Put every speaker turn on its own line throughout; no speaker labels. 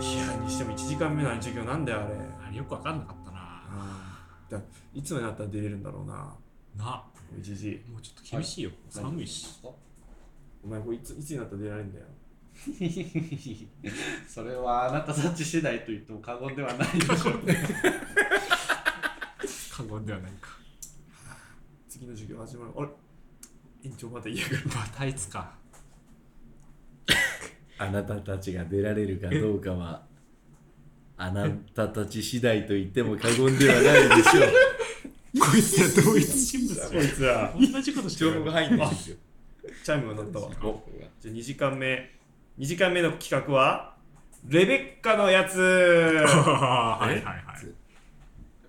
しても1時間目のあれ授業なんだよあれ
あれよく分かんなかったな
あーだいつまでなったら出れるんだろうな
な
1時
もうちょっと厳しいよ、寒いし
お前これいついつになったら出られるんだよ
それはあなた察知次第と言っても過言ではないでしょう
過言ではないか
次の授業始まるあれ院長また嫌がる
またいつか
あなたたちが出られるかどうかはあなたたち次第と言っても過言ではないでしょう
こいつは同一人物
こいつは
同じことして
情報
る
が入んないんですよ
チャイムが鳴 ったわ
お
じゃあ2時間目2時間目の企画はレベッカのや つ
はいはいはい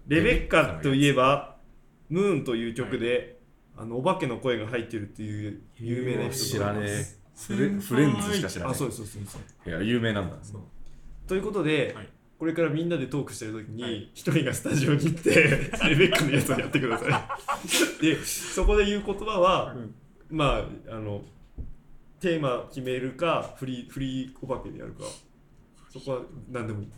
レベッカといえば「ムーン」という曲で、あのお化けの声が入ってるっていう有名なエピソ
知
ード
ら
がありま
ねえ
す
フレフレンズしか知らな
あ
い
そうですそうですそうです
いや有名なんだ
そう
ということで、
はい
これからみんなでトークしてるとき
は
に
い
一、人がスタジオに行ってレベッカのやつをやってくださいでそこで言う言葉は、まああのテーマ決めるかフリーフリーお化けでやるかそこは何でもいい
う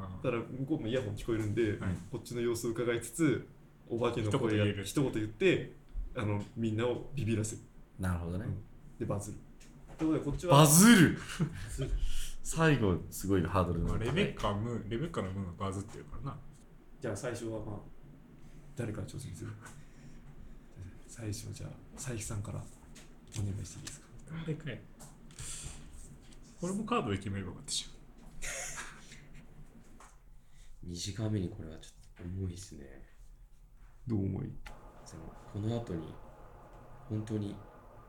ん
ただ向こうもイヤホン聞こえるんで、
はい
こっちの様子を伺いつつお化けの声が
一言言える
一言言ってあのみんなをビビらせる
なるほどね
でバズるということでこっちは
バズる最後すごいハードル
ま
の
あ
高い
レベッカムーンレベッカのムーンはバズってるからな
じゃあ最初はまあ誰から挑戦する 最初じゃあ佐伯さんからお願いしていいですか
でかいこれもカードで決めればよかったじゃん
2時間目にこれはちょっと重いですね
どう思い、
そのこの後に本当に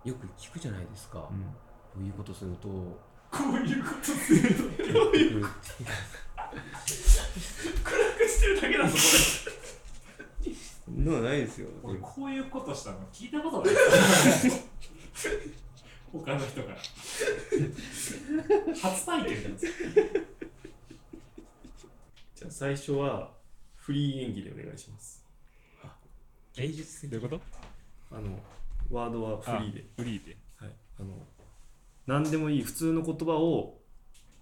よく聞くじゃないですか、
うん
こういうことするとこ
こういうことする と
ういう
してるだけだぞこ
そんなのないですよ
れ俺こういうことしたの聞いたことない 他の人から初体験だよ
じゃあ最初はフリー演技でお願いします
芸術どういうこと
あのワードはフリーで
フリーで
はいあの何でもいい普通の言葉を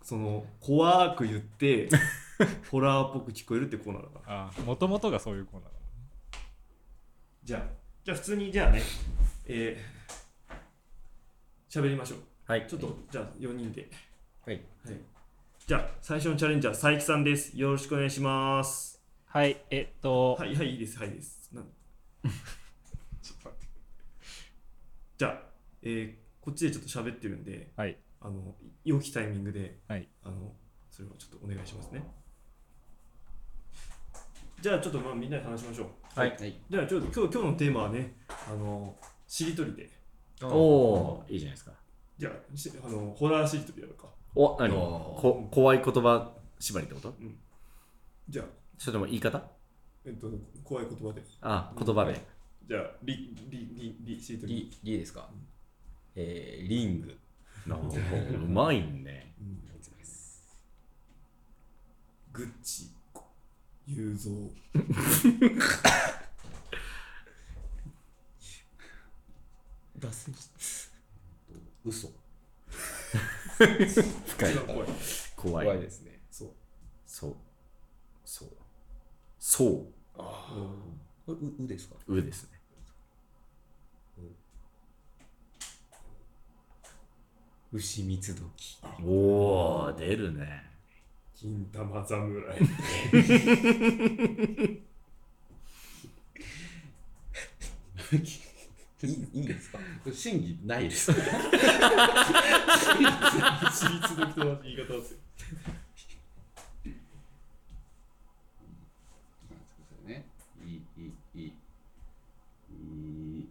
その怖く言って ホラーっぽく聞こえるってコーナーだから
ああもともとがそういうコーナーだ
じゃあじゃあ普通にじゃあねえー、喋りましょう
はい
ちょっとじゃあ4人で
はい
はい、じゃあ最初のチャレンジャー佐伯さんですよろしくお願いします
はい、えっと、
はいはいいいですはいいいです なん
ちょっと待って
じゃあ、えーこっちでちょっと喋ってるんで、
はい
あの良きタイミングで、
はい
あのそれをちょっとお願いしますねじゃあちょっとまあみんなで話しましょう
はい
はい
じゃあちょっと今日今日のテーマはねあのしりとりで
おおーいいじゃないですか
じゃあしあのホラーしりとりやるか
お何
おー
こ怖い言葉縛りってこと
じゃあ、
それとも言い方
えっと、怖い言葉で
あ言葉で
じゃありりりりしりとり
リリですかえー、リング
なるほどうまいね
グッチ雄三
脱線嘘
深い
一番怖い
怖い
怖いですね
そう
そうそうそ
これううですか
ううですね
牛三つ時
おお出るね
金玉侍
いいいいんですか 審議ないです
私立の人の言い方ですよ
なんですかそれね。いい、いい、いい。いい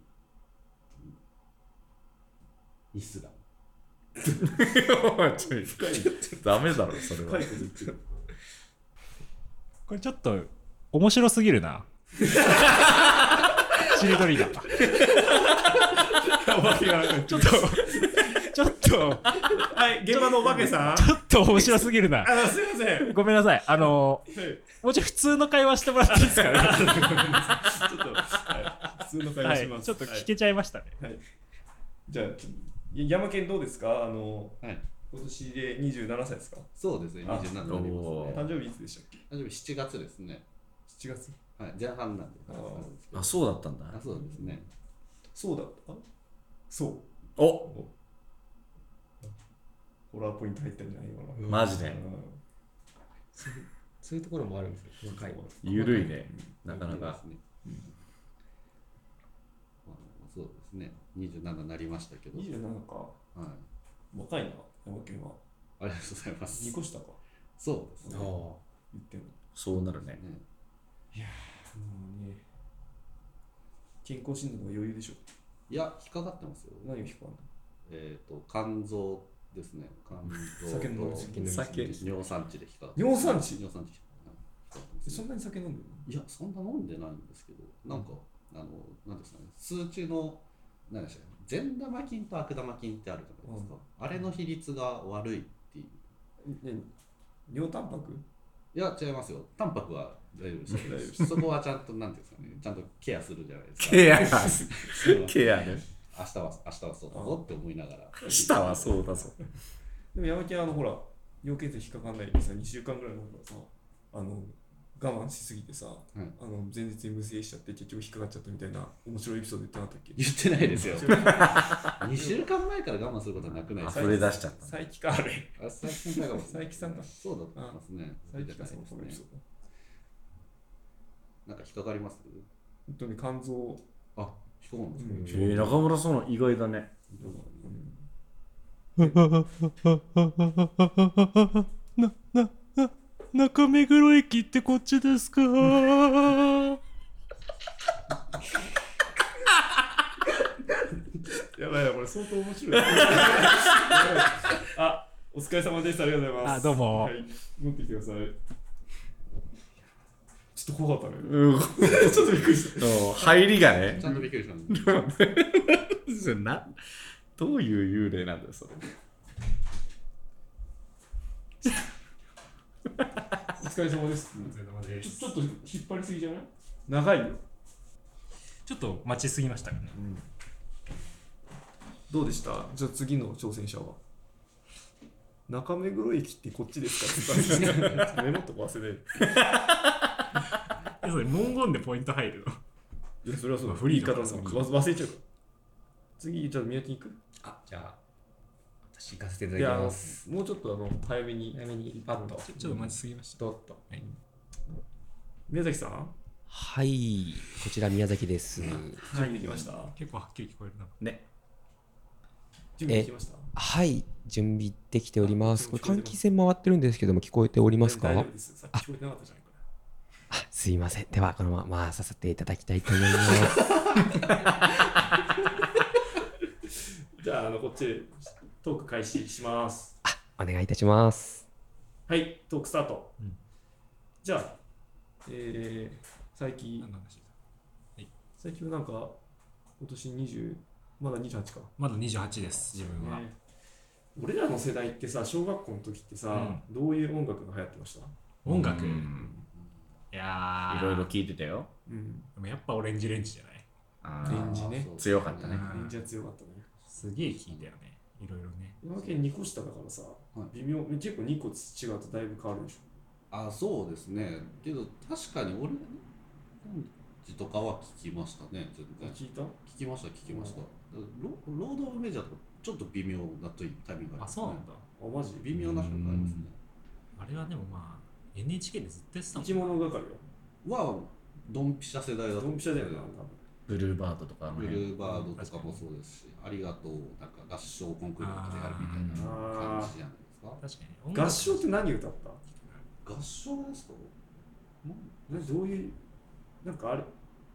イスラム。
ちょいダメだろそれは
深いこと言ってる
これちょっと面白すぎる な。しりとりが。ちょっと、ちょっと、
はい現場のお化けさん
ちょっと面白すぎるな。
あすいません
ごめんなさい。あの、もうちょい普通の会話してもらっていいですかね。
ちょっと、はい、普通の会
は
話し
い
ま、す、
ちょっと聞けちゃいましたね。
はい、じゃあや山県どうですかあの、
はい
今年で27歳ですか
そうですね、
あ
27になりますね。
誕生日いつでしたっけ
大丈夫、7月ですね。
7月
はい、前半なんで。
あー
前半なんですけど
あ、そうだったんだ。
あ、そうですね。
そうだったそ
お
うホラーポイント入ったんじゃないかな
マジで。
そういうところもあるんですよ、若い。
ゆるいね。なかな
そうで
か
す。ね。まあそうですね。27になりましたけど。はい。
27か若いな山県は
ありがとうございます。
2個下か
そうですね。
ああ。
言ってんの
そうなるね。
ね
もうね健康診断は余裕でしょ
いや、引っかかってますよ。
何を引っ張るの
えっ、と、肝臓ですね。肝臓
酒飲む
と
酒飲む
酒
尿酸値で引っかかって
尿酸値
尿酸値。はい引っかかってますね
そんなに酒飲んで
いや、そんな飲んでないんですけど、なんか、あの、なんですかね、数値の、何でしたっけ、善玉菌と悪玉菌ってあるじゃないですか。あれの比率が悪いっていう。
るの尿タンパク
いや、違いますよ。タンパクは大丈夫
大丈夫
で。
です
そこはちゃんと、なんていうんですかね、ちゃんとケアするじゃないですか。
ケア、
それは
ケアね。
明日は、明日はそうだぞって思いながら。
下はそうだぞ。
でも山県はあのほら尿検査引っかかんないでさ2週間ぐらいのほらさあの我慢しすぎてさ、
い
あの前日に無精しちゃって結局引っかかっちゃったみたいな面白いエピソード言ってなかったっけ
言ってな いですよ。2週間前から我慢することはなくないです
溢れ出しちゃった。
佐伯かあれ
あ最近だかも
佐伯さんか
そうだと思いますね。
佐伯かその
そ
そうのエ
で
ピ
す
ソー
ね。なんか引っかかります
ド本当に肝臓、
あ、引っかかるんですか
えー、中村さんの意外だね。
な、な、な、中目黒駅ってこっちです か
やばいやばいこれ相当面白い あお疲れ様でしたありがとうございます
あどうも
はい、持ってきてくださいちょっと怖かったね
う ん。
ちょっとびっくりした
入りがね
ち。ゃんとびっくりしたんで
などういう幽霊なんだよ、それ。
お疲れ様です
お疲れ様で
ちょ
す
ちょっと引っ張りすぎじゃない長いよ
ちょっと待ちすぎましたよね
どうでしたじゃあ次の挑戦者は中目黒駅ってこっちですかって言ったんですけどメモっとこ忘れる
えそれ文言でポイント入るの
いやそれはそう
ま
だ
あフリーだから
言い方だから忘れちゃうから次じゃあ宮城行く
あ、じゃあ、私行かせていた
い
だ
やあ
き
の
ます。
もうちょっとあの早めに
早めに
パッと
ちょちょっと待ちすぎました
ドッと。
宮崎さん
はい、こちら宮崎です。
準備できました
結構はっきり聞こえるな
準備できました
はい、準備できております。
あ
これ
聞こえて
換
ます
気扇回ってるんですけども、聞こえております
大丈
か
夫ですさっき聞こえてなかったじゃないか
あすいません。では、このまま回させていただきたいと思い ます。
じゃああのこっちでトーク開始します
お願いいたします。
はいトークスタート、
うん
じゃあえー、最近
何の話だ
最近はなんか今年20まだ28か、
まだ28です自分は、
ね俺らの世代ってさ小学校の時ってさ、どういう音楽が流行ってました
音楽、
う
い
ん
やー
いろいろ聞いてたよ。
うん
でもやっぱオレンジレンジじゃない
あ
レン
ー
ジね
す
強かったね
うん
じゃ強かったね
すげえ聞いたよねいろいろね
今県2個下だからさ、
い
微妙結構2個違うとだいぶ変わるでしょ
あ、そうですね。けど、確かに俺、時とかは聞きましたね、全然。
聞いた
聞きました、聞きました。ロロード・オブ・メジャーとか、ちょっと微妙なというタイミングが
あ
ありますね
そうなんだ
あマジ
微妙な瞬間ありますね。
あれはでもまあ NHK でずっとやってた
生
も
き
ん
物係よ
は、ドンピシャ世代だと
ド
思う
ンピシャだよな多分
ブルーバードとかあの
ブル
辺。
ーバードとかもそうですし、ありがとう、なんか合唱コンクールとかでやるみたいな感じじゃないですか。
確かに音楽
合唱って何歌った
合唱ですか
などういうなんかあれ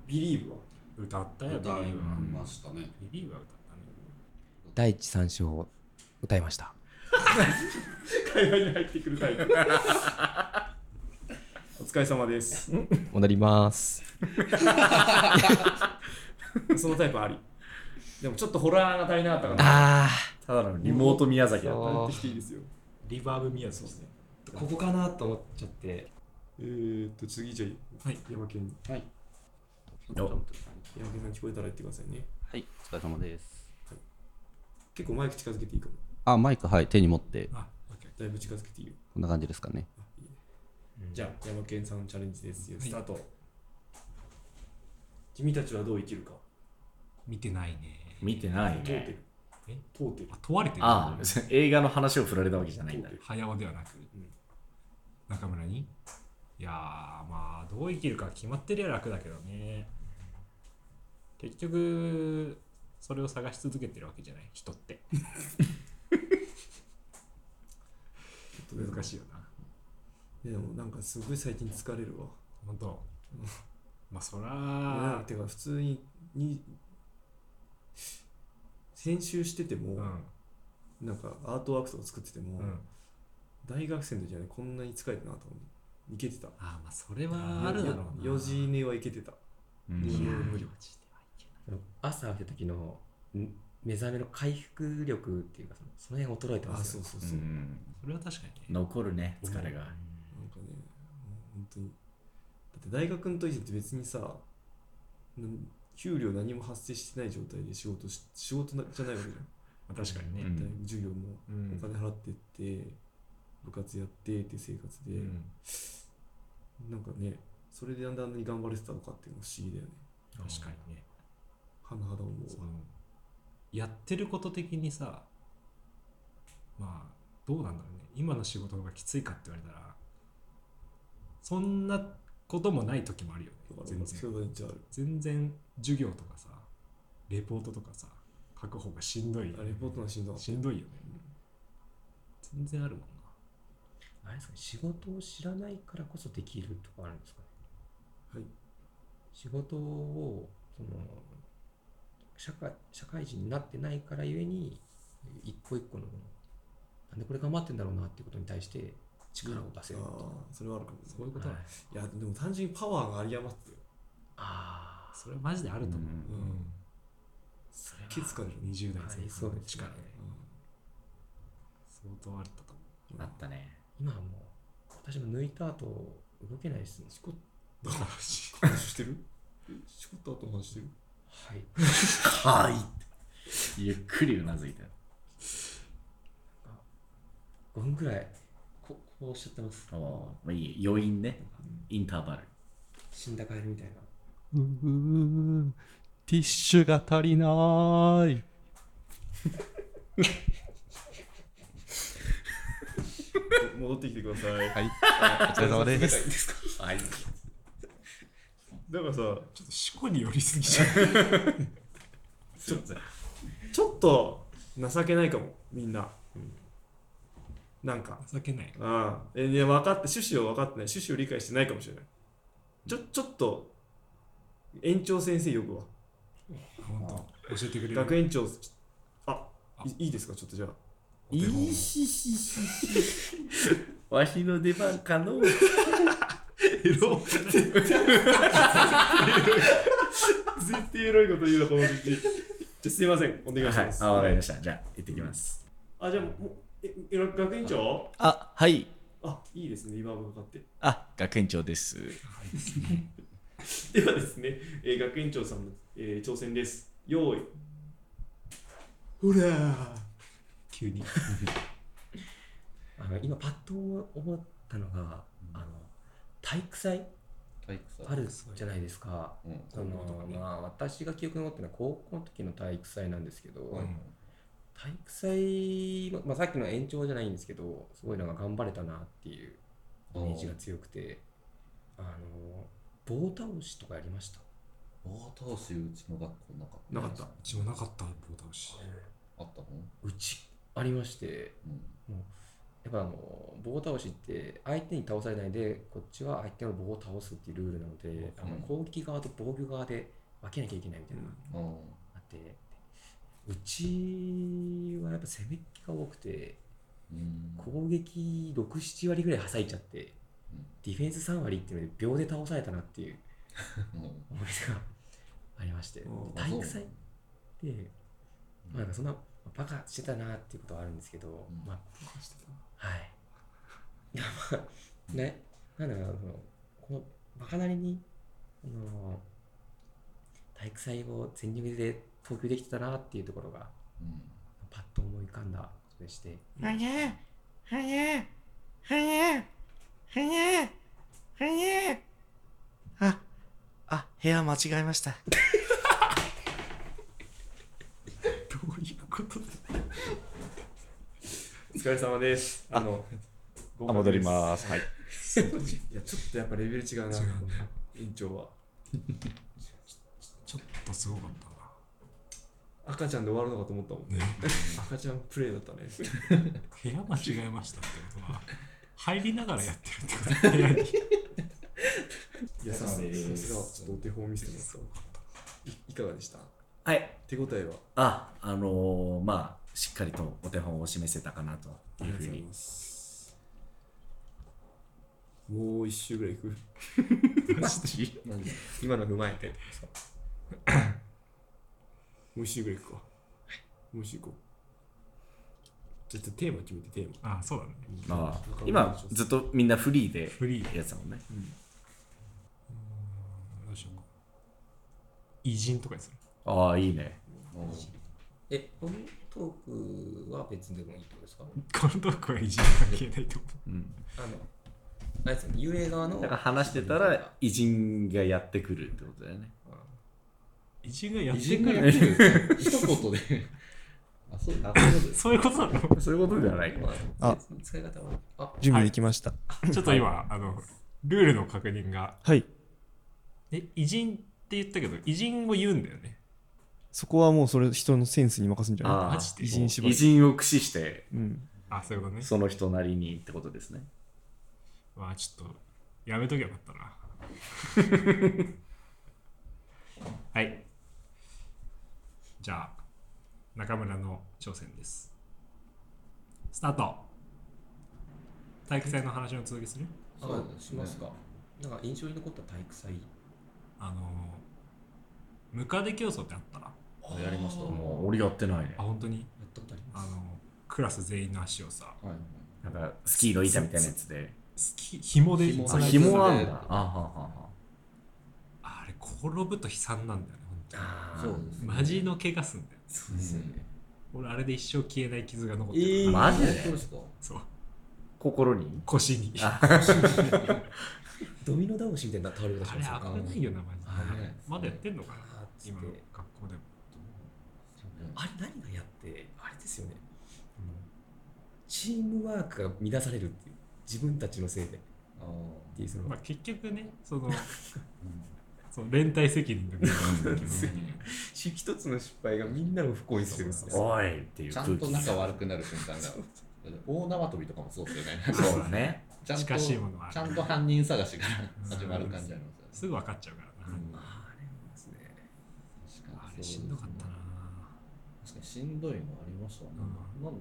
ビリーブは
歌ったよビリ
歌い
ーは
ましたね。
ビリーは歌ったね
第一三章を歌いました。
会話に入ってくるタイプお疲れ様です
戻ります。
そのタイプありでもちょっとホラーが足りなかったかな
あ
ただのリモート宮崎だった。
やっ
あ
て、きていいですよ
リバーブミヤですね
ここかなと思っちゃって。
えー、っと次じゃあ、
はい、
山県に
お
山県さん聞こえたら言ってくださいね
はい、お疲れ様です。
結構マイク近づけていいかも
あマイクはい手に持って
あ、OK。
だいぶ近づけていいよ。
こんな感じですかね
じゃあ、ヤマケンさんのチャレンジですよ。スタート。君たちはどう生きるか。
見てないね。
見てない
通って
ね
る。
え
通ってる。
あ、問われてる。
ああ映画の話を振られたわけじゃないんだ
早尾ではなく、
ん
中村にいやーまあどう生きるか決まってりゃ楽だけどね結局それを探し続けてるわけじゃない人ってちょっと難しいよな
でも、なんかすごい最近疲れるわ。
本当まあそら
いやてか、普通にに、編集してても、
うん
なんかアートワークとか作ってても、
うん
大学生の時はね、こんなに疲れたなと思う。いけてた。
ああまあそれはあるだろうな
4時寝はいけてた。
うん
いや
無理
朝起きた時のん目覚めの回復力っていうかそのその辺衰えてま
あ、
す
そ
よ
うそう
う
そう。なんか
ん
それは確かにね
残るね疲れが
ね、もう本当に。だって大学の時って別にさ、なん給料何も発生してない状態で仕事し、仕事なじゃないわけじゃん。
まあ確かにね、
うん
大学授業も
うん
お金払ってって、部活やってって生活で、
うん
なんかね、それであんなに頑張れてたのかっていうのは不思議だよね。
確かにね
はなはだ思
そう
わ。
のやってること的にさまあどうなんだろうね今の仕事がきついかって言われたらそんなこともない時もあるよね
だか
全
ら、そ
然
れはめっちゃある。
全然授業とかさレポートとかさ書く方がしんどい
あレポートのしんどかった
しんどいよね全然あるもんな
あれですかね仕事を知らないからこそできるとかあるんですか
は
ね
い
仕事をその社会社会人になってないからゆえに一個一個のなんでこれ頑張ってんだろうなっていうことに対して力を出せる
あ
と
あ、それはあるかも、ね。
そういうことなの
はい
いや、でも単純にパワーが有り余ってたよ。
ああ
それはマジであると思う、
うん
うん
そ
ケツ感じる。
うん、20代
あ
前
り
半
そう
の
ですね
力ね相当あったと思
あったね
今はもう私も抜いた後動けないですもん
仕事
うだからし
話してる仕事後話してる
はい
はいってゆっくりうなずいたよ
5分くらいここうおっしゃってます
おおーまあいい余韻ねインターバル
死んだカエルみたいな
うーティッシュが足りない。
戻ってきてください。
はい。お疲れ様です。
はい
だからさ、
ちょっと思考に寄りすぎちゃう
ちょっと
ちょっと情けないかも、みんな。なんか。
情けない
ああえいや分かって、趣旨を分かってない、趣旨を理解してないかもしれない。ちょ、ちょっと、園長先生呼ぶわ。
本当教えてくれる
学園長、ちょあいいいですか、ちょっとじゃあ。
いいひひひわしの出番かの
エロ絶対エロいこと言うなこの時期じゃすいませんお願いし
は
ま
い
す、
あわかりま
し
したじゃあ行ってきます
たあじゃあもうええ学園長
あ、はい。
あいいですねリバーブかかって
あ、学園長です。
ではですね、えー、学園長さんの、えー、挑戦です用意ほらー
急に
あの今パッと思ったのが、あの体育祭
体育祭
あるじゃないですか。
うん
そのまあ、私が記憶に残ってるのは高校の時の体育祭なんですけど、
うん
体育祭、ままあ、さっきの延長じゃないんですけどすごいなんか頑張れたなっていうイメージが強くてあの棒倒しとかやりました
棒倒しうちの学校なかった
なかった
あ
うちもなかった棒倒し
ったの
うちありまして
うん
やっぱあの棒倒しって相手に倒されないでこっちは相手の棒を倒すっていうルールなので、あの
うん
攻撃側と防御側で分けなきゃいけないみたいなのが
あ
あって、うちはやっぱ攻撃が多くて
ーうん
攻撃67割ぐらいはさいちゃって
うん
ディフェンス3割っていうので秒で倒されたなっていう
うん
思い出がありまして
うん
あ
体育祭っ
そう
て、まあ、なんかそんなバカしてたなっていうことはあるんですけど、
ん
まあはい。いや、まあ、ね、なんだろうな、その、この、バカなりに、あの、体育祭を全力で投球できてたなっていうところが、
うん
パッと思い浮かんだことでして、
は
やーはやーはやーはやーはやーああ部屋間違えました
お疲れ様です。あの、
あ戻りますはい
いや、ちょっとやっぱレベル違うな、
違う
院長は。
ちょっとすごかった
赤ちゃんで終わるのかと思ったもん。
な。ね、
赤ちゃんプレイだったね。
部屋間違えましたってことは、入りながらやってるってこと部屋 に。
いや、さす
そう
が、
です
ちょっとお手本を見せてもらった。いいかがでした
はい。
手応えは
あ、あのーまあ、しっかりとお手本を示せたかなというふうに。
もう一周ぐらいいく
マジで
今の踏まえて。 もう一周ぐらいいくか。もう一周いこう。ちょっとテーマ決めて、テーマ。
ああ、そうだね。
ああ今、ずっとみんなフリーで
フリー。
やってたもんね。
どうしようか。偉人とかにする。
ああ、いいね。
え、このトークは別でもいいってことですか
このトークは偉人関係ないと思
うん。
あの、あれですよね、幽霊側の
だから話してたら、偉人がやってくるってことだよね。
う。偉人がやっ
い
て
じ
く
めや
る。
ってるんですよ一言で。あ、そうあそういうことです。
そういうことなの
そういうことじゃないか。
まあ
あ、
使い方は、あ、
準備できました
ちょっと今、あの、ルールの確認が。
はい
え、偉人って言ったけど、偉人を言うんだよね。
そこはもうそれ人のセンスに任すんじゃな
ああ
マジ、で
い偉人縛
偉
り
人を駆使して、
うん
あ、そういうことね。
その人なりにってことですね。
わあ、ちょっと、やめときゃよかったな。 はい。じゃあ、中村の挑戦です。スタート体育祭の話の続きする
そう
あ
ですね
しますか。なんか印象に残った体育祭。
あのー、ムカデ競争ってあったらあ、
あやりました。
あ
は
もう俺やってないね。
本当に
やったことありま
あ
す。
の、クラス全員の足をさ、
い。
なんかスキーの板みたいなやつで。
スキ紐で
紐
つ
あ、
ないで
紐あ
は
んだ。あははは
あれ、転ぶと悲惨なんだよね、本当に。
あ
そうですね。
マジの怪我すんだよ。
そうですね。
俺、あれで一生消えない傷が残ってるから
ええ。
マジで
そうですか。
そう。
心に
腰に。
あ
ドミノ倒しみたいな倒れ方し
あ
ま
れ
した
危ないよな、マジ
危な
で
い。
まだやってんのかな
あーつって
今の学校でも。
あれ何がやって、あれですよね。チームワークが乱されるっていう。自分たちのせいで。
あ
っていうその
まあ結局ね、その、その連帯責任が出てくるんだけど
し一つの失敗がみんなの不幸にするんですよ。
おいってい
ー
う
ちゃ
空
んと
気が。
仲
そ
悪くなる瞬間が。大縄跳びとかもそうですよね。
うだね。
ちゃん
近
と、
し
ち
いものはある
ゃんと犯人探しが始まる感じあります
す
よね。
ぐ分かっちゃうからな。
うん
ですね
確か
あ
に
れしんどかったな。
確かにしんどいのありましたね。
う
なん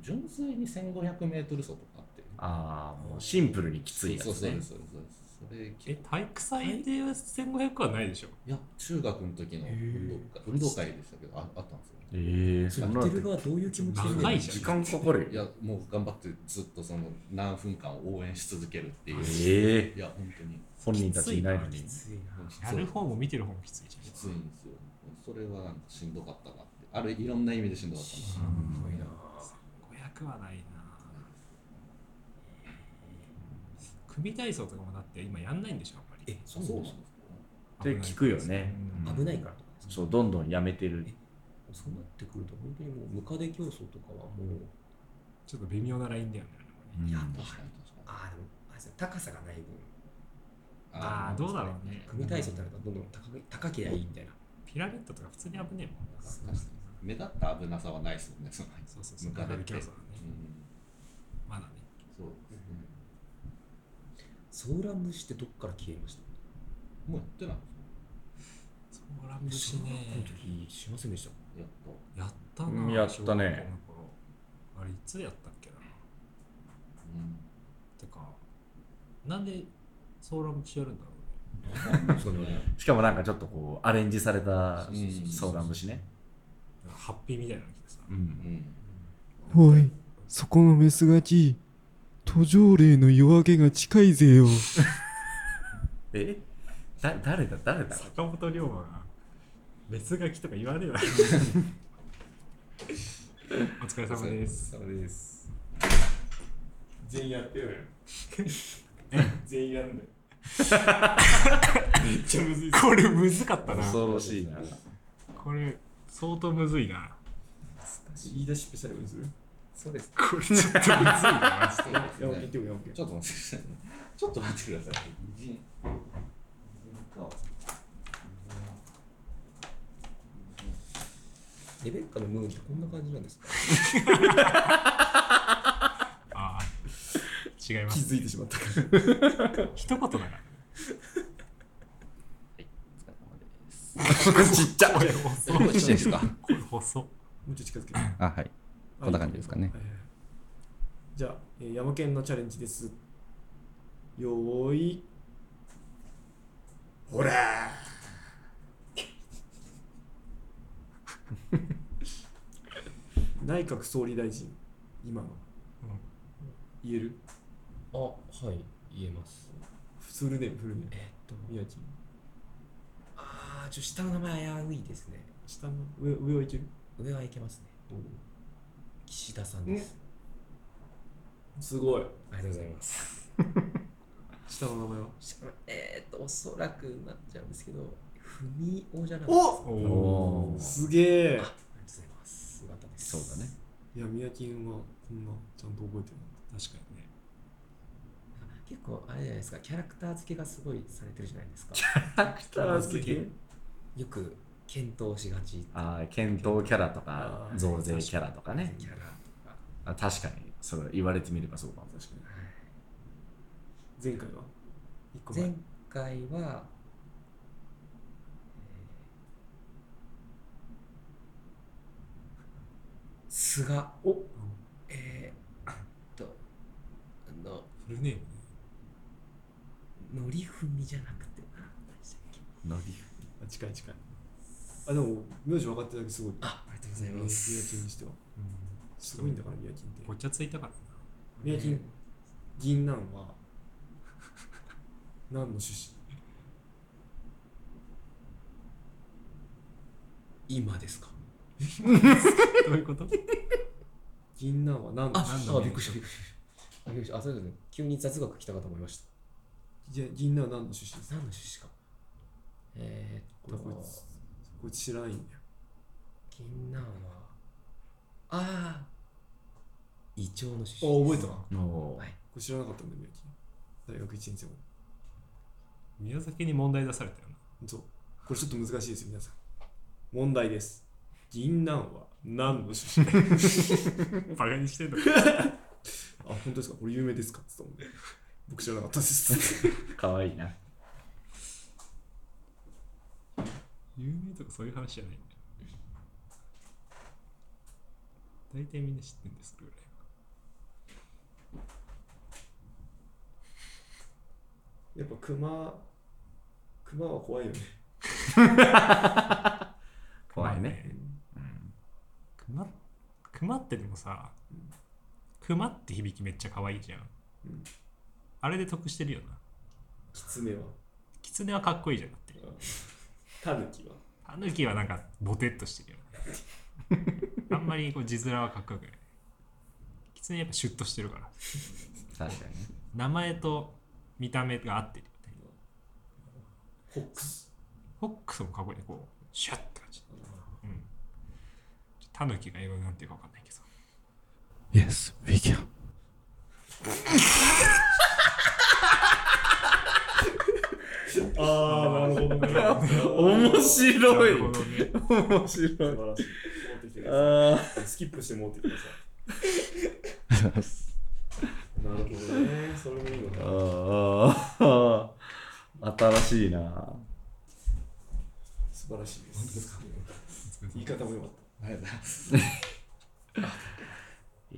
純粋に1500メートル走とかあって。
ああ、もうシンプルにきついやつ
そうそう
ね
です。そうですそうですそれき
え、体育祭で1500はないでしょ
いや、中学の時の運動会運動会でしたけど、ああったんですよ。
ええー、
そ
そ
れ
んな
見
の
てる側どういう気持ちで見てるの
長いじゃん
時間かかる
い
よ。
や、もう頑張ってずっとその何分間応援し続けるっていう。
ええ
いや、本当に
本人たちいないの
き
に。
ついな。
きつい
やる方も見てる方もきついじ
き
ゃ
ついんですよ。それはなんかしんどかったなって。あるいろんな意味でしんどかったな。
すごいな。
ん。500はないな。組体操とかもだって今やんないんでしょ、あんまり
え。、そも
そう
そ
なん
も
ですか
って聞くよね
うん
危ないからとかですか
そう、どんどんやめてる。
そうなってくると、本当にもうムカデ競争とかはもう、
ちょっと微妙なラインだよね。あれもね
うん
やばい
確かに確かに。
ああ、でも、あれですね、高さがない分、
ああ、どうだろうね。
組体操ってなるとどんどん高い高けりゃいいみたいな。
ピラミッドとか普通に危ねえもん。
確かに目立った危なさはないですもんね、その
そうそうそう。
ムカデ
ム
って
競争だね。
うん
まだね。
そうですね。
ソーラン節ってどっから消えました
もうやってないんで
ソーラムシね。
小学校の時、しませんでした。
すよやっと。
やった
うん
な。
やった
小
ね
学校の頃。あれ、いつやったっけな。
うん
てか、なんでソーラムシやるんだろ
そうね。
しかもなんかちょっとこう、アレンジされた
そうそうそうそう
相談節ね。
うね。なんかハッピーみたいなの着てさ。
う。
うんん。
おいそこのメスガキ途上霊の夜明けが近いぜよ
えだ誰だ誰だ
坂 本龍馬が、メスガキとか言わねえな。お疲れ様です。
そうです。
全員やってよよ。全員や んだよ。めっちゃむずいっす。
これむずかったな。
恐ろしいな。
これ相当むずいな。
言い出しスペシャルにする
そうです。
これちょっとむずい な。
やめてよ、やめてよ。
ちょっと待ってくださいね。ちょっと待ってください。擬人擬人か
レベッカのムーンってこんな感じなんですか
ああ違 いま
気
す。
づいてしまったか
一言だから。
お疲れ様です。
ら。ちっちゃ
これ細。
こっちですか。
これ細。
もうちょっと近 づけて。
あ、はい。こんな感じですかね
はいはいはい。じゃあ、えー、山県のチャレンジです。よーい。ほらー 内閣総理大臣、今の。言える
あ、はい、言えます。
フルネーム、フルネーム。
えっと、
宮地。
あー、ちょ、下の名前危ういですね。
下の上上はいける
上はいけますね。岸田さんです。
すごい。
ありがとうございます。
下の名前は。
下のえーっと、おそらくなっちゃうんですけど、ふみおじゃないですか。あ
お
お
お
お
ー。
すげえ
りがとうございます。よかったです。
そうだね。
いや、宮地はこんなちゃんと覚えてる
確かにね。
結構、あれじゃないですか、キャラクター付けがすごいされてるじゃないですか。
な。キャラ付け
よく検討しがち。
ああ、検討キャラとか
あ、ー
増税キャラとかね。
キャラとか。
あ確かに、それ言われてみればそうかも。
確かに。
はい
前回は一個前
前回は、えー菅を、えー、っと、あの、
フルネームね。
のりふみじゃなくて、あ何でしたっけ
ノリ
あ近い近いあでも名字分かってただけすごい
あ、ありがとうござい
宮
ます。
金にしては
うん
すごいんだから宮金
ご
っ
ってちゃついたからな。
宮金銀杏は 何の出身
今ですか
どういうこと
銀杏は何の
あ
出、
あ、びっくりした、びっくりした。びっくりしたあ、そうですね。急に雑学来たかと思いました。
身じゃ銀杏は何の出身ですか
何の趣旨か。えー、っ
こい
と、
つこいつ知らないんだよ
銀杏は、ああ、胃腸の趣
あ
旨
覚え
です
たわこ
お
はい
れ知らなかったんだよ宮金大学1年生も
宮崎に問題出されたよな。
そうこれちょっと難しいですよ皆さん問題です銀杏は何の出身
バカにしてんのか。
あ本当ですかこれ有名ですかって言ったもんね僕知らなかったです
ーかわいいな。
有名とかそういう話じゃないんだよ。大体みんな知ってんです、それぐらいは。
やっぱ熊熊は怖いよね
怖いね。
熊熊ってでもさ、熊って響きめっちゃ可愛いじゃん、
うん
あれで得してるよな
キツネは
キツネはかっこいいじゃなくて
タヌキは
タヌキはなんかボテっとしてるよね あんまりこう字面はかっこよくないキツネやっぱシュッとしてるから
確かにね。
名前と見た目が合ってるよね
ホックス
フォックスもかっこいいねこうシュッって感じうんタヌキが英語でなんていうかわかんないけど
Yes, we can.
ああなる ほどね
面白
な
い
るほどね
面白い
素晴らしい持ってきてくだ
あ
さいスキップして持ってきてくださ いなるほどねそれもいいの
ー
か
あー新しいな
素晴らしいです言い方もよかった
い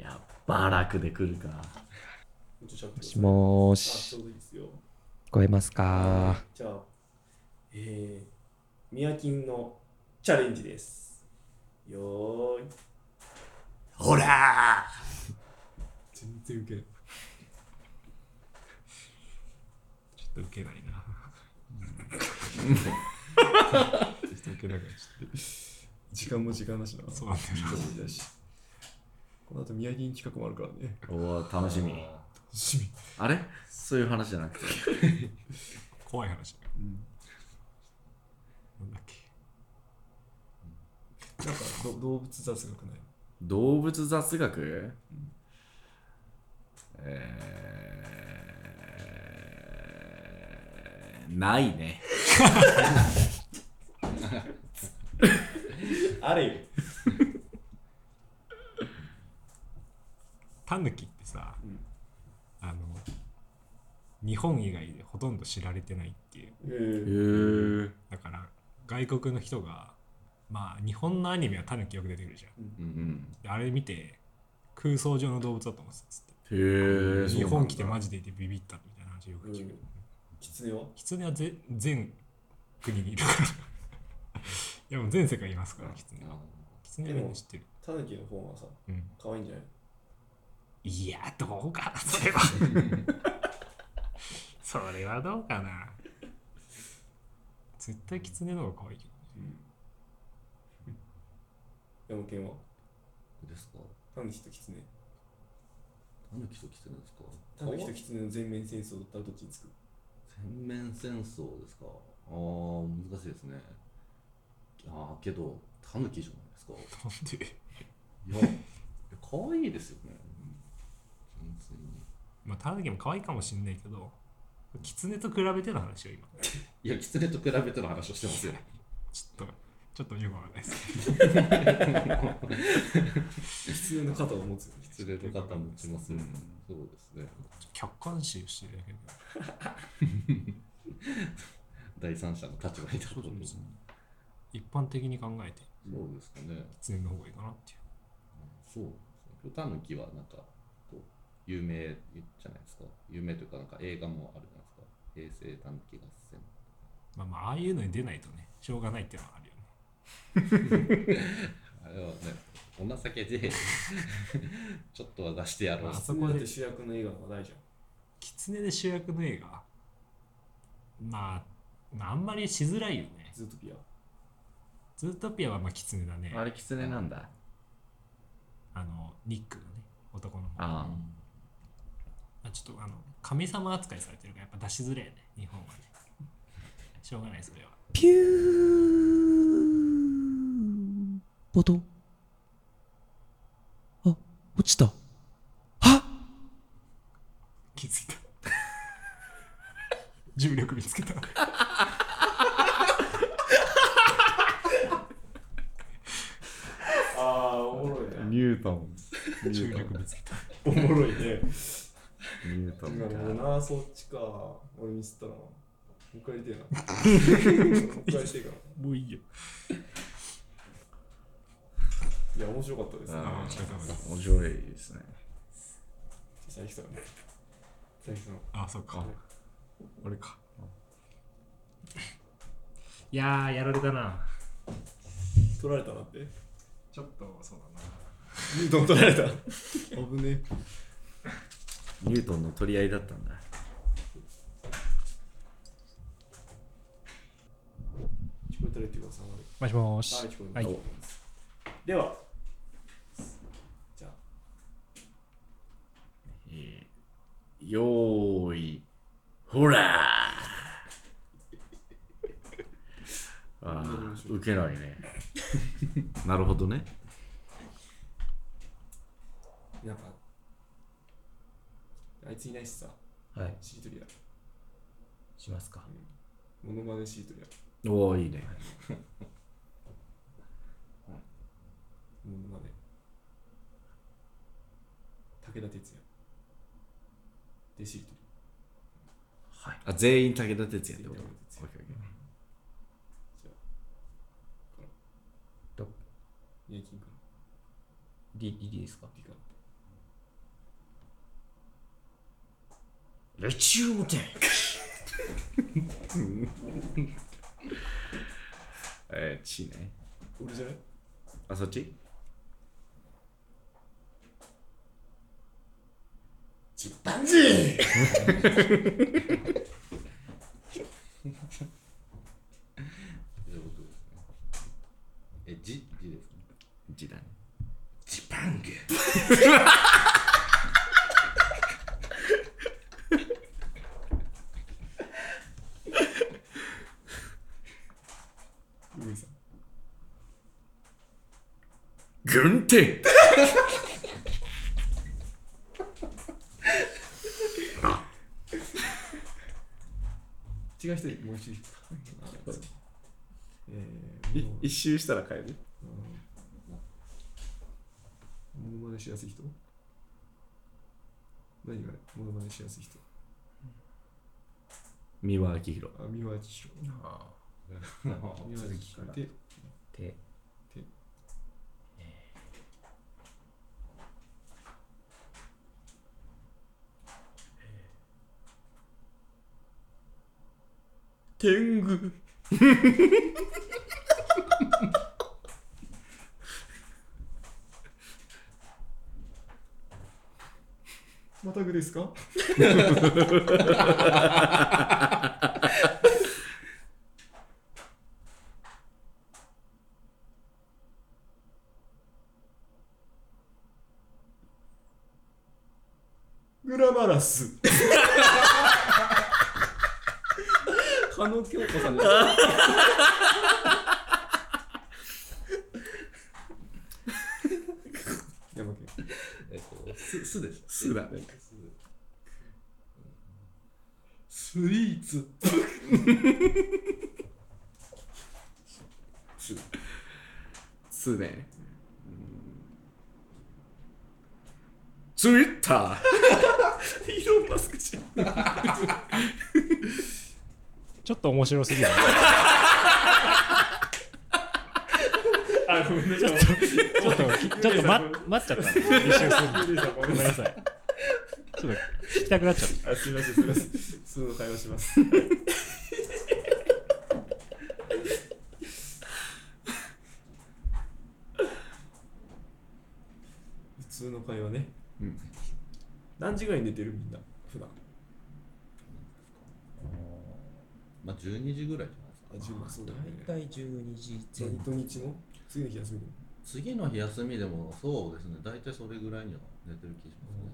やバラクで来るか
もうちょっと喋ってください
もー
あち
し、
ょうどいいですよ
聞こえますか
じゃあえー、ミヤキンのチャレンジですよーい
ほら
全然ウケない
ちょっと受けないな。ちょっと受けなくなっちゃっ
時間も時間だしな
た。そうなんだよな。
だしこの後宮銀企画もあるからね。
おお楽しみあれそういう話じゃなくて
怖い話、なんだっけ
なんかど動物雑学ない。
動物雑学、えー、ないねあるよ
タヌキってさ、あの日本以外でほとんど知られてないっていう
へー
だから外国の人がまあ日本のアニメはタヌキよく出てくるじゃん
うん
であれ見て空想上の動物だと思ってたっつって
うんへえ
日本来てマジでいてビビったみたいな話よく聞く、
うん狐は
キツネはぜ全国にいるから いやもう全世界いますからキツネはキツネはみんな知ってる、
タヌキの方はさ、
うん、
可愛いんじゃない
いやどうかなそれは それはどうかな絶対キツネの方が可愛いけど
山県は
ですか
タヌキと狐。
タヌキとキツネですか
タヌキと狐の全面戦争だったらどっちにつく
全面戦争ですかああ難しいですねああけどタヌキじゃないですか
なんで
いやいや可愛いですよねうん純粋に
まあタヌキも可愛いかもしんないけどキツネと比べての話を今
いやキツネと比べての話をしてますよ
ちょっとちょっとよくわかんないです
狐の肩を持つよね。
キツネと肩持ちますよね、そうですね
客観視をしてるだけで
第三者の立場に立つことですね
一般的に考えて
そうですかね
キツネの方がいいかなっていう
そうですねタヌキはなんかこう有名じゃないですか有名というかなんか映画もあるじゃないですか平成タヌキ合戦
まあまあああいうのに出ないとねしょうがないっていうのはあるよね
あれはね、お情けで、ちょっとは出してやろう
あ。そ
そ
こ
こ
で
で主役の映画がないじゃん。
キツネで主役の映画まあ、まあ、あんまりしづらいよね
ズートピア。
ズートピアはまあキツネだね
あれキツネなんだ
あのニックのね男の方
あ
まあ、ちょっとあの神様扱いされてるからやっぱ出しづらいよね日本はね しょうがないそれは
ピューボトンあ落ちた
気づいた 重力見つけた
ああ、おもろい
あ。ニュートンニ
重
ュート
力
ン
見つけた
おもろいね。
ニュート
なるほど
ンか
な、そっちか。俺ミスったな。もう一回やりてえな。もう一回やりてえか
もういいよ
な。いや、面白かったですね。
あ
お疲れ様です
ー面白いですね
佐伯さんね。佐伯さん。
あそっか俺か いやーやられたな
取られたなって。
ちょっとそうだな
ニュートン取られた。危ね
ニュートンの取り合いだったんだ
聞こえたら言ってください。
もしもーし
はい、聞こえ
はい
ます。では、じゃあ、
えーよーいほらーあーウケないねなるほどね
なんか、あいついないしさ、
はい
しりとりだ。
しますか
モノマネしりとりだ。
おおいいね
モノマネ。武田鉄矢。でしりとり。
はい、あ全員武田鉄矢ってこと
全員武田鉄矢
オッケーオッケ
じゃあ、から。ニヤキン君。
リリリですか
ピカ。
ーレチューモテンえー、ちね
俺じゃない
あそっちチンパンジー
ということですね。え、じ、じですね。
時代
ジパング
軍手
違う人にもう一人。えー、もう
一周したら帰る
モノマネしやすい人何がモノマネしやすい人
三輪明宏
あ、三輪明宏。 三輪明宏から。で、
手
天狗。 またぐですかグラマラス。
加納京子さん
山県。
えっと、す、すです。
すだ
スイーツ。
すねツイッタ
ちょっと面白 すぎる。
あ、ごめんなさい。
ちょっと、ちょっと、ま、待っちゃった。一周するの。ごめんなさい。ちょっと、聞きたくなっちゃった。
あ、すみません、すみ ません。その会話します。普通の会話ね。
うん。
何時ぐらいに寝てるみんな、普段。
まあ、12時ぐらいじゃないですか。
あ、自分もそうだよね。
大体12時
そ
前
う
後
土日の次の日休みの。
次の日休みでもそうですね大体それぐらいには寝てる気しますね、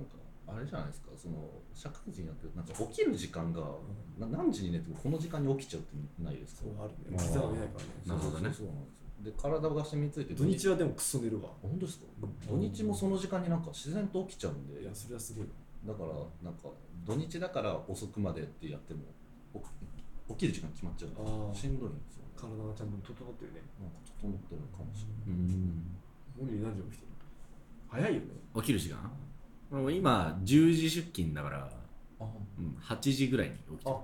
なんかあれじゃないですかその社会人やってるとなんか起きる時間が、な何時に寝てもこの時間に起きちゃうってないですか
そうあるね。膝は見ないからね。
なるほどね
そうそうそうなんですよで体が染みついて
土日
は
はでもクソ寝るわ。
本当ですか土
うん
日もその時間になんか自然と起きちゃうんで
いや、それはすごいわ。
だからなんか土日だから遅くまでってやってもお起きる時間決まっちゃう
あ
しんどいんですよ、ね、
体がちゃんと整ってるね。
なんか整ってるかもしれない
うん
モリー何時起きてる早いよね。
起きる時間俺も今10時出勤だから、
あ
うん、8時ぐらいに起きてる
あ、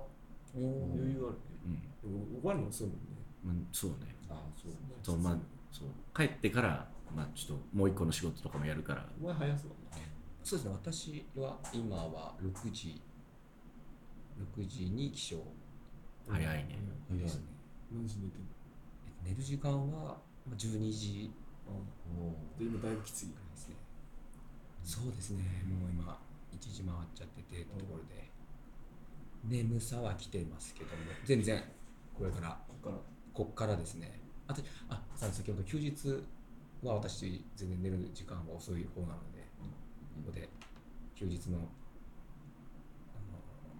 余裕あるね。
うん
でも、おばるのもそうだもんね。
まあ、そうね
あそう
そうまあそう帰ってからまあちょっともう一個の仕事とかもやるから
お前早そうだな。
そうですね、私は今は6時、6時に起床。
早いね
早いね
何時に寝てんの
寝る時間はまあ12時
お
で今だいぶきつい。
ですね。そうですね、もう今、1時回っちゃっててってところで、眠さは来てますけども、全然、これから、こっからですね。あと、あ、さ先ほど休日は私、全然寝る時間が遅い方なので、ここで、休日の、あの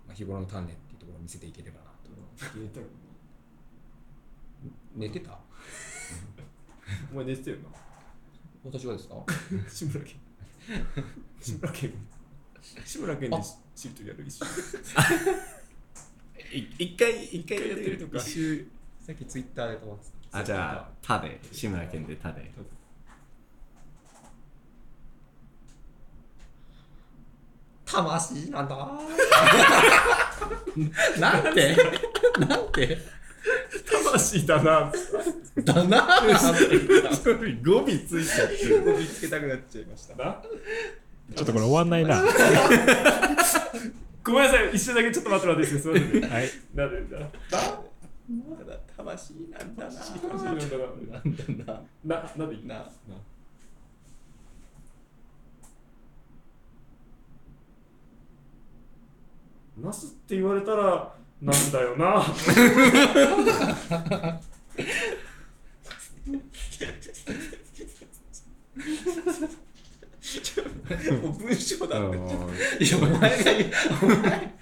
まあ、日頃の鍛錬っていうところを見せていければなと。
寝たよ
寝てた
お前寝てたよな。
私はですか
志村けん。志村けん。志村けんでシフトやる一緒。
い一回一回
やってるとか
一周
さっきツイッターで止まってた。
あじゃあ「た」で志村けんで「た」で
魂なんだなん てなんて
魂だな。
だな
語尾ついちゃってる
見つけたくなっちゃいました
ちょっとこれ終わんないな。は
ごめんなさい、一緒だけちょっと待って待って、すみませんね。
い。
なんでだ。
魂なんだな
魂なんだな。
なんだ
な、なんでいい
なな
なすって言われたら、なんだよな。
もう文章だって。
うん
いや、お前が言う、お前。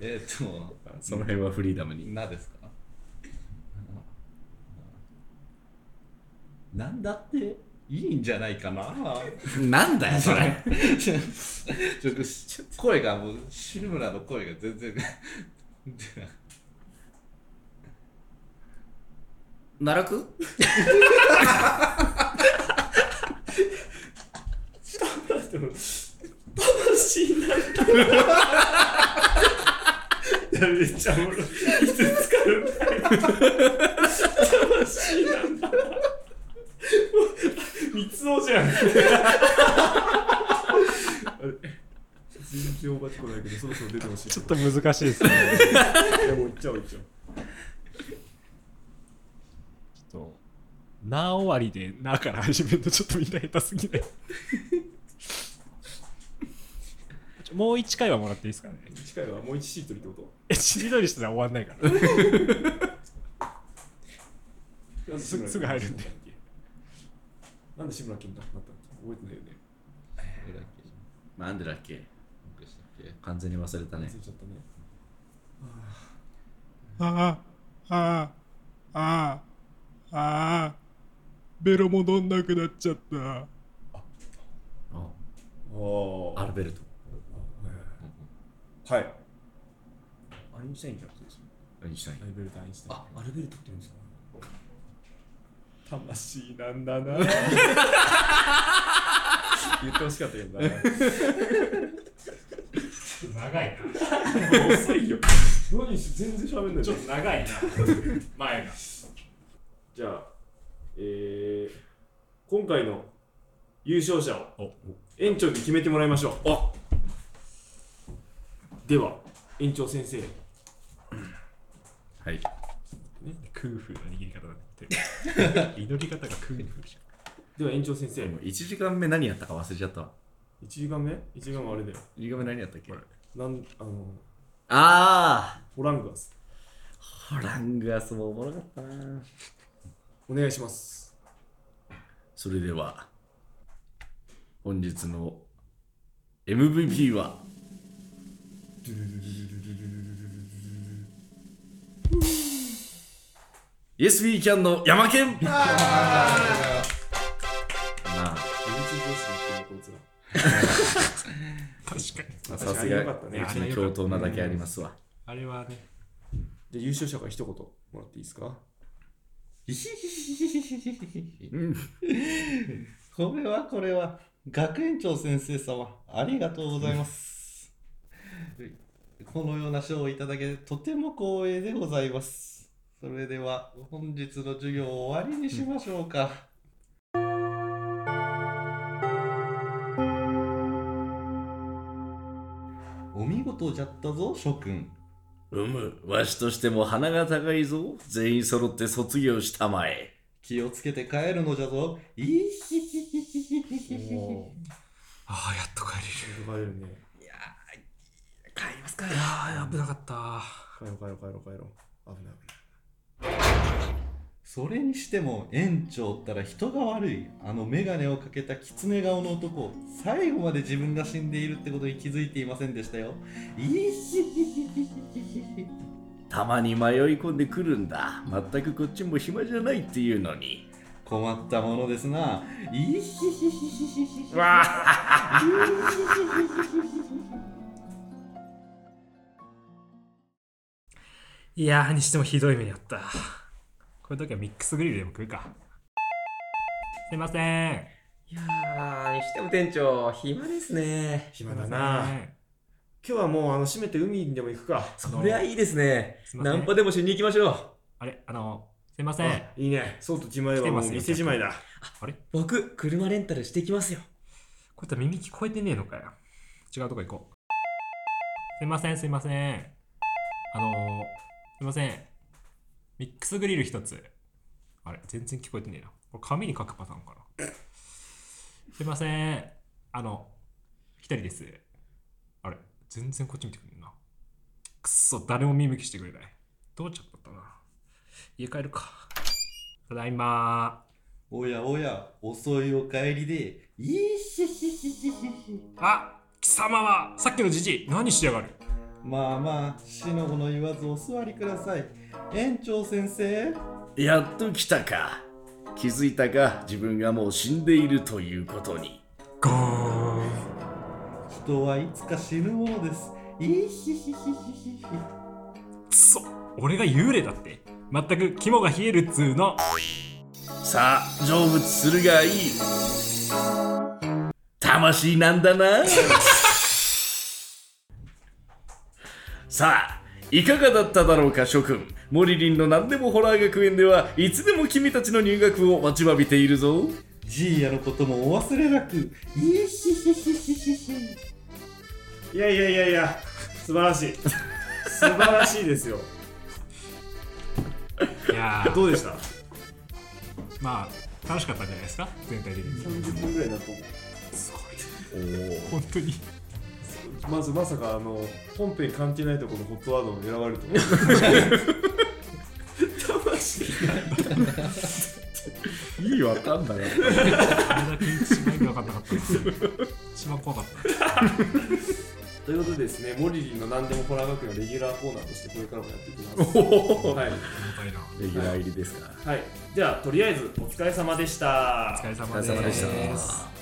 えっと、
その辺はフリーダムに。
なですかなんだっていいんじゃないかな
なんだよ、それ。
ちょっとし声がもう、シルムラの声が全然。
奈落
めっちゃおもろい。いつ使うんだよ。魂なんだ。もう、三つ男じゃん。あれ全然おばちこないけど、そろそろ出てほしい。
ちょっと難しいですね。
いやもう行っちゃおう行っちゃおう。
ちょっと、な終わりで、なから始めるとちょっとみんな下手すぎない。ちょもう1回はもらっていいですかね。
次回はもう一シートリってこ
え、しりとりしたら終わんないから。
と
すすぐ入るんで。
なんで志村けんだなったの覚えてないよね。
なんでだっけ完全に忘れたね
忘。れちゃったね。
ああ、ああ、ああ、ああ、ベロ戻んなくなっちゃった。
あ
アルベルト。
あ。はい。アインシュタインじゃなくてですね。
アインシュタイン
アルベルト・アインシュタイン。
アルベルトって言うんですか
魂なんだな 言ってほしかったけどな
長い
遅いよ何し全然喋んない
な。
じゃん
と長いな。前が。
じゃあえー、今回の優勝者を園長に決めてもらいましょうでは園長先生
はい。
クーフーの握り方だって。祈り方がクーフーじ
では園長先生
もう1時間目何やったか忘れちゃったわ。
1時間目 ?1 時間目あれだよ
1時間目何やったっけ
なんあの
あ
ホラングアス
あホラングアスもおもろかったな。
お願いします
それでは、本日の MVP は、イエスビーキャンの山県まあ、
土日上司だってるこいつら
ゃん。確かに。
まあ
確
さ
か
す
に
が、
良
う
かったね
ちの教頭なだけありますわ。
あれはね、
じゃあ優勝者から一言もらっていいですか
うん、
これはこれは学園長先生様ありがとうございますこのような賞をいただけとても光栄でございますそれでは本日の授業を終わりにしましょうか、お見事じゃったぞ諸君
うむ、わしとしても鼻が高いぞ。全員揃って卒業したまえ。
気をつけて帰るのじゃぞいひひひひひひひひ
ああ、やっと帰れる。
帰るね
帰りますか。
ああ、危なかった。
帰ろう帰ろう帰ろう帰ろう危ない危ない
それにしても園長ったら人が悪いあの眼鏡をかけた狐顔の男最後まで自分が死んでいるってことに気づいていませんでしたよいいひひひひひひひ
たまに迷い込んでくるんだ。全くこっちも暇じゃないっていうのに。
困ったものですないいひひひひひひひ
わ
いやーにしてもひどい目にあったこういう時はミックスグリルでも食うかすいません
いやー、にしても店長、暇ですね。
暇だ
すい
な
ません
今日はもうあの閉めて海にでも行くか
そりゃいいですね。
すいませ
ナ
ん
ンパでもしに行きましょう。
あれあのすいません
いいねそうと自前
来
は
て
も
ます
う
よ
店じまいだ
あれ
僕、車レンタルしてきますよ。
こういったら耳聞こえてねえのかよ違うとこ行こうすいませんすいませんあのー、すいませんミックスグリル一つあれ全然聞こえてねえなこれ紙に書くパターンかなすいませんあの一人ですあれ全然こっち見てくれねえなくっそ誰も見向きしてくれないどうちゃったんだな家帰るかただいま
おやおや、遅いお帰りで、いいしししししし。
あ貴様はさっきのじじい何してやがる
まあまあ、しのごの言わずお座りください。園長先生。
やっと来たか。気づいたか、自分がもう死んでいるということに。
ゴー
人はいつか死ぬものです。いいしししししし。
くそ俺が幽霊だって全く肝が冷えるっつうの
さあ、成仏するがいい。魂なんだな。 さあ、いかがだっただろうか、諸君。モリリンの何でもホラー学園ではいつでも君たちの入学を待ちわびているぞ。
ジーヤのこともお忘れなく。いいしししししし。
いやいやいやいや、 素晴らしい。素晴らしいですよ。
いやー
どうでした
まあ楽しかったんじゃないですか全体的に
30分ぐらいだと思
すごい本当に
う。まずまさかあの本編関係ないところのホットワードを選ばれる と思う。魂
いいわかんない。
あれだけピンチしない分かんなかったな一番怖かった
ということでですね、モリリンの何でもホラー学園のレギュラーコーナーとしてこれからもやっていきます。はい、
重たいな
レギュラー入りですか。
はい、ではとりあえずお疲れ様でした。
お疲れ
お
様
疲れ様でした。
です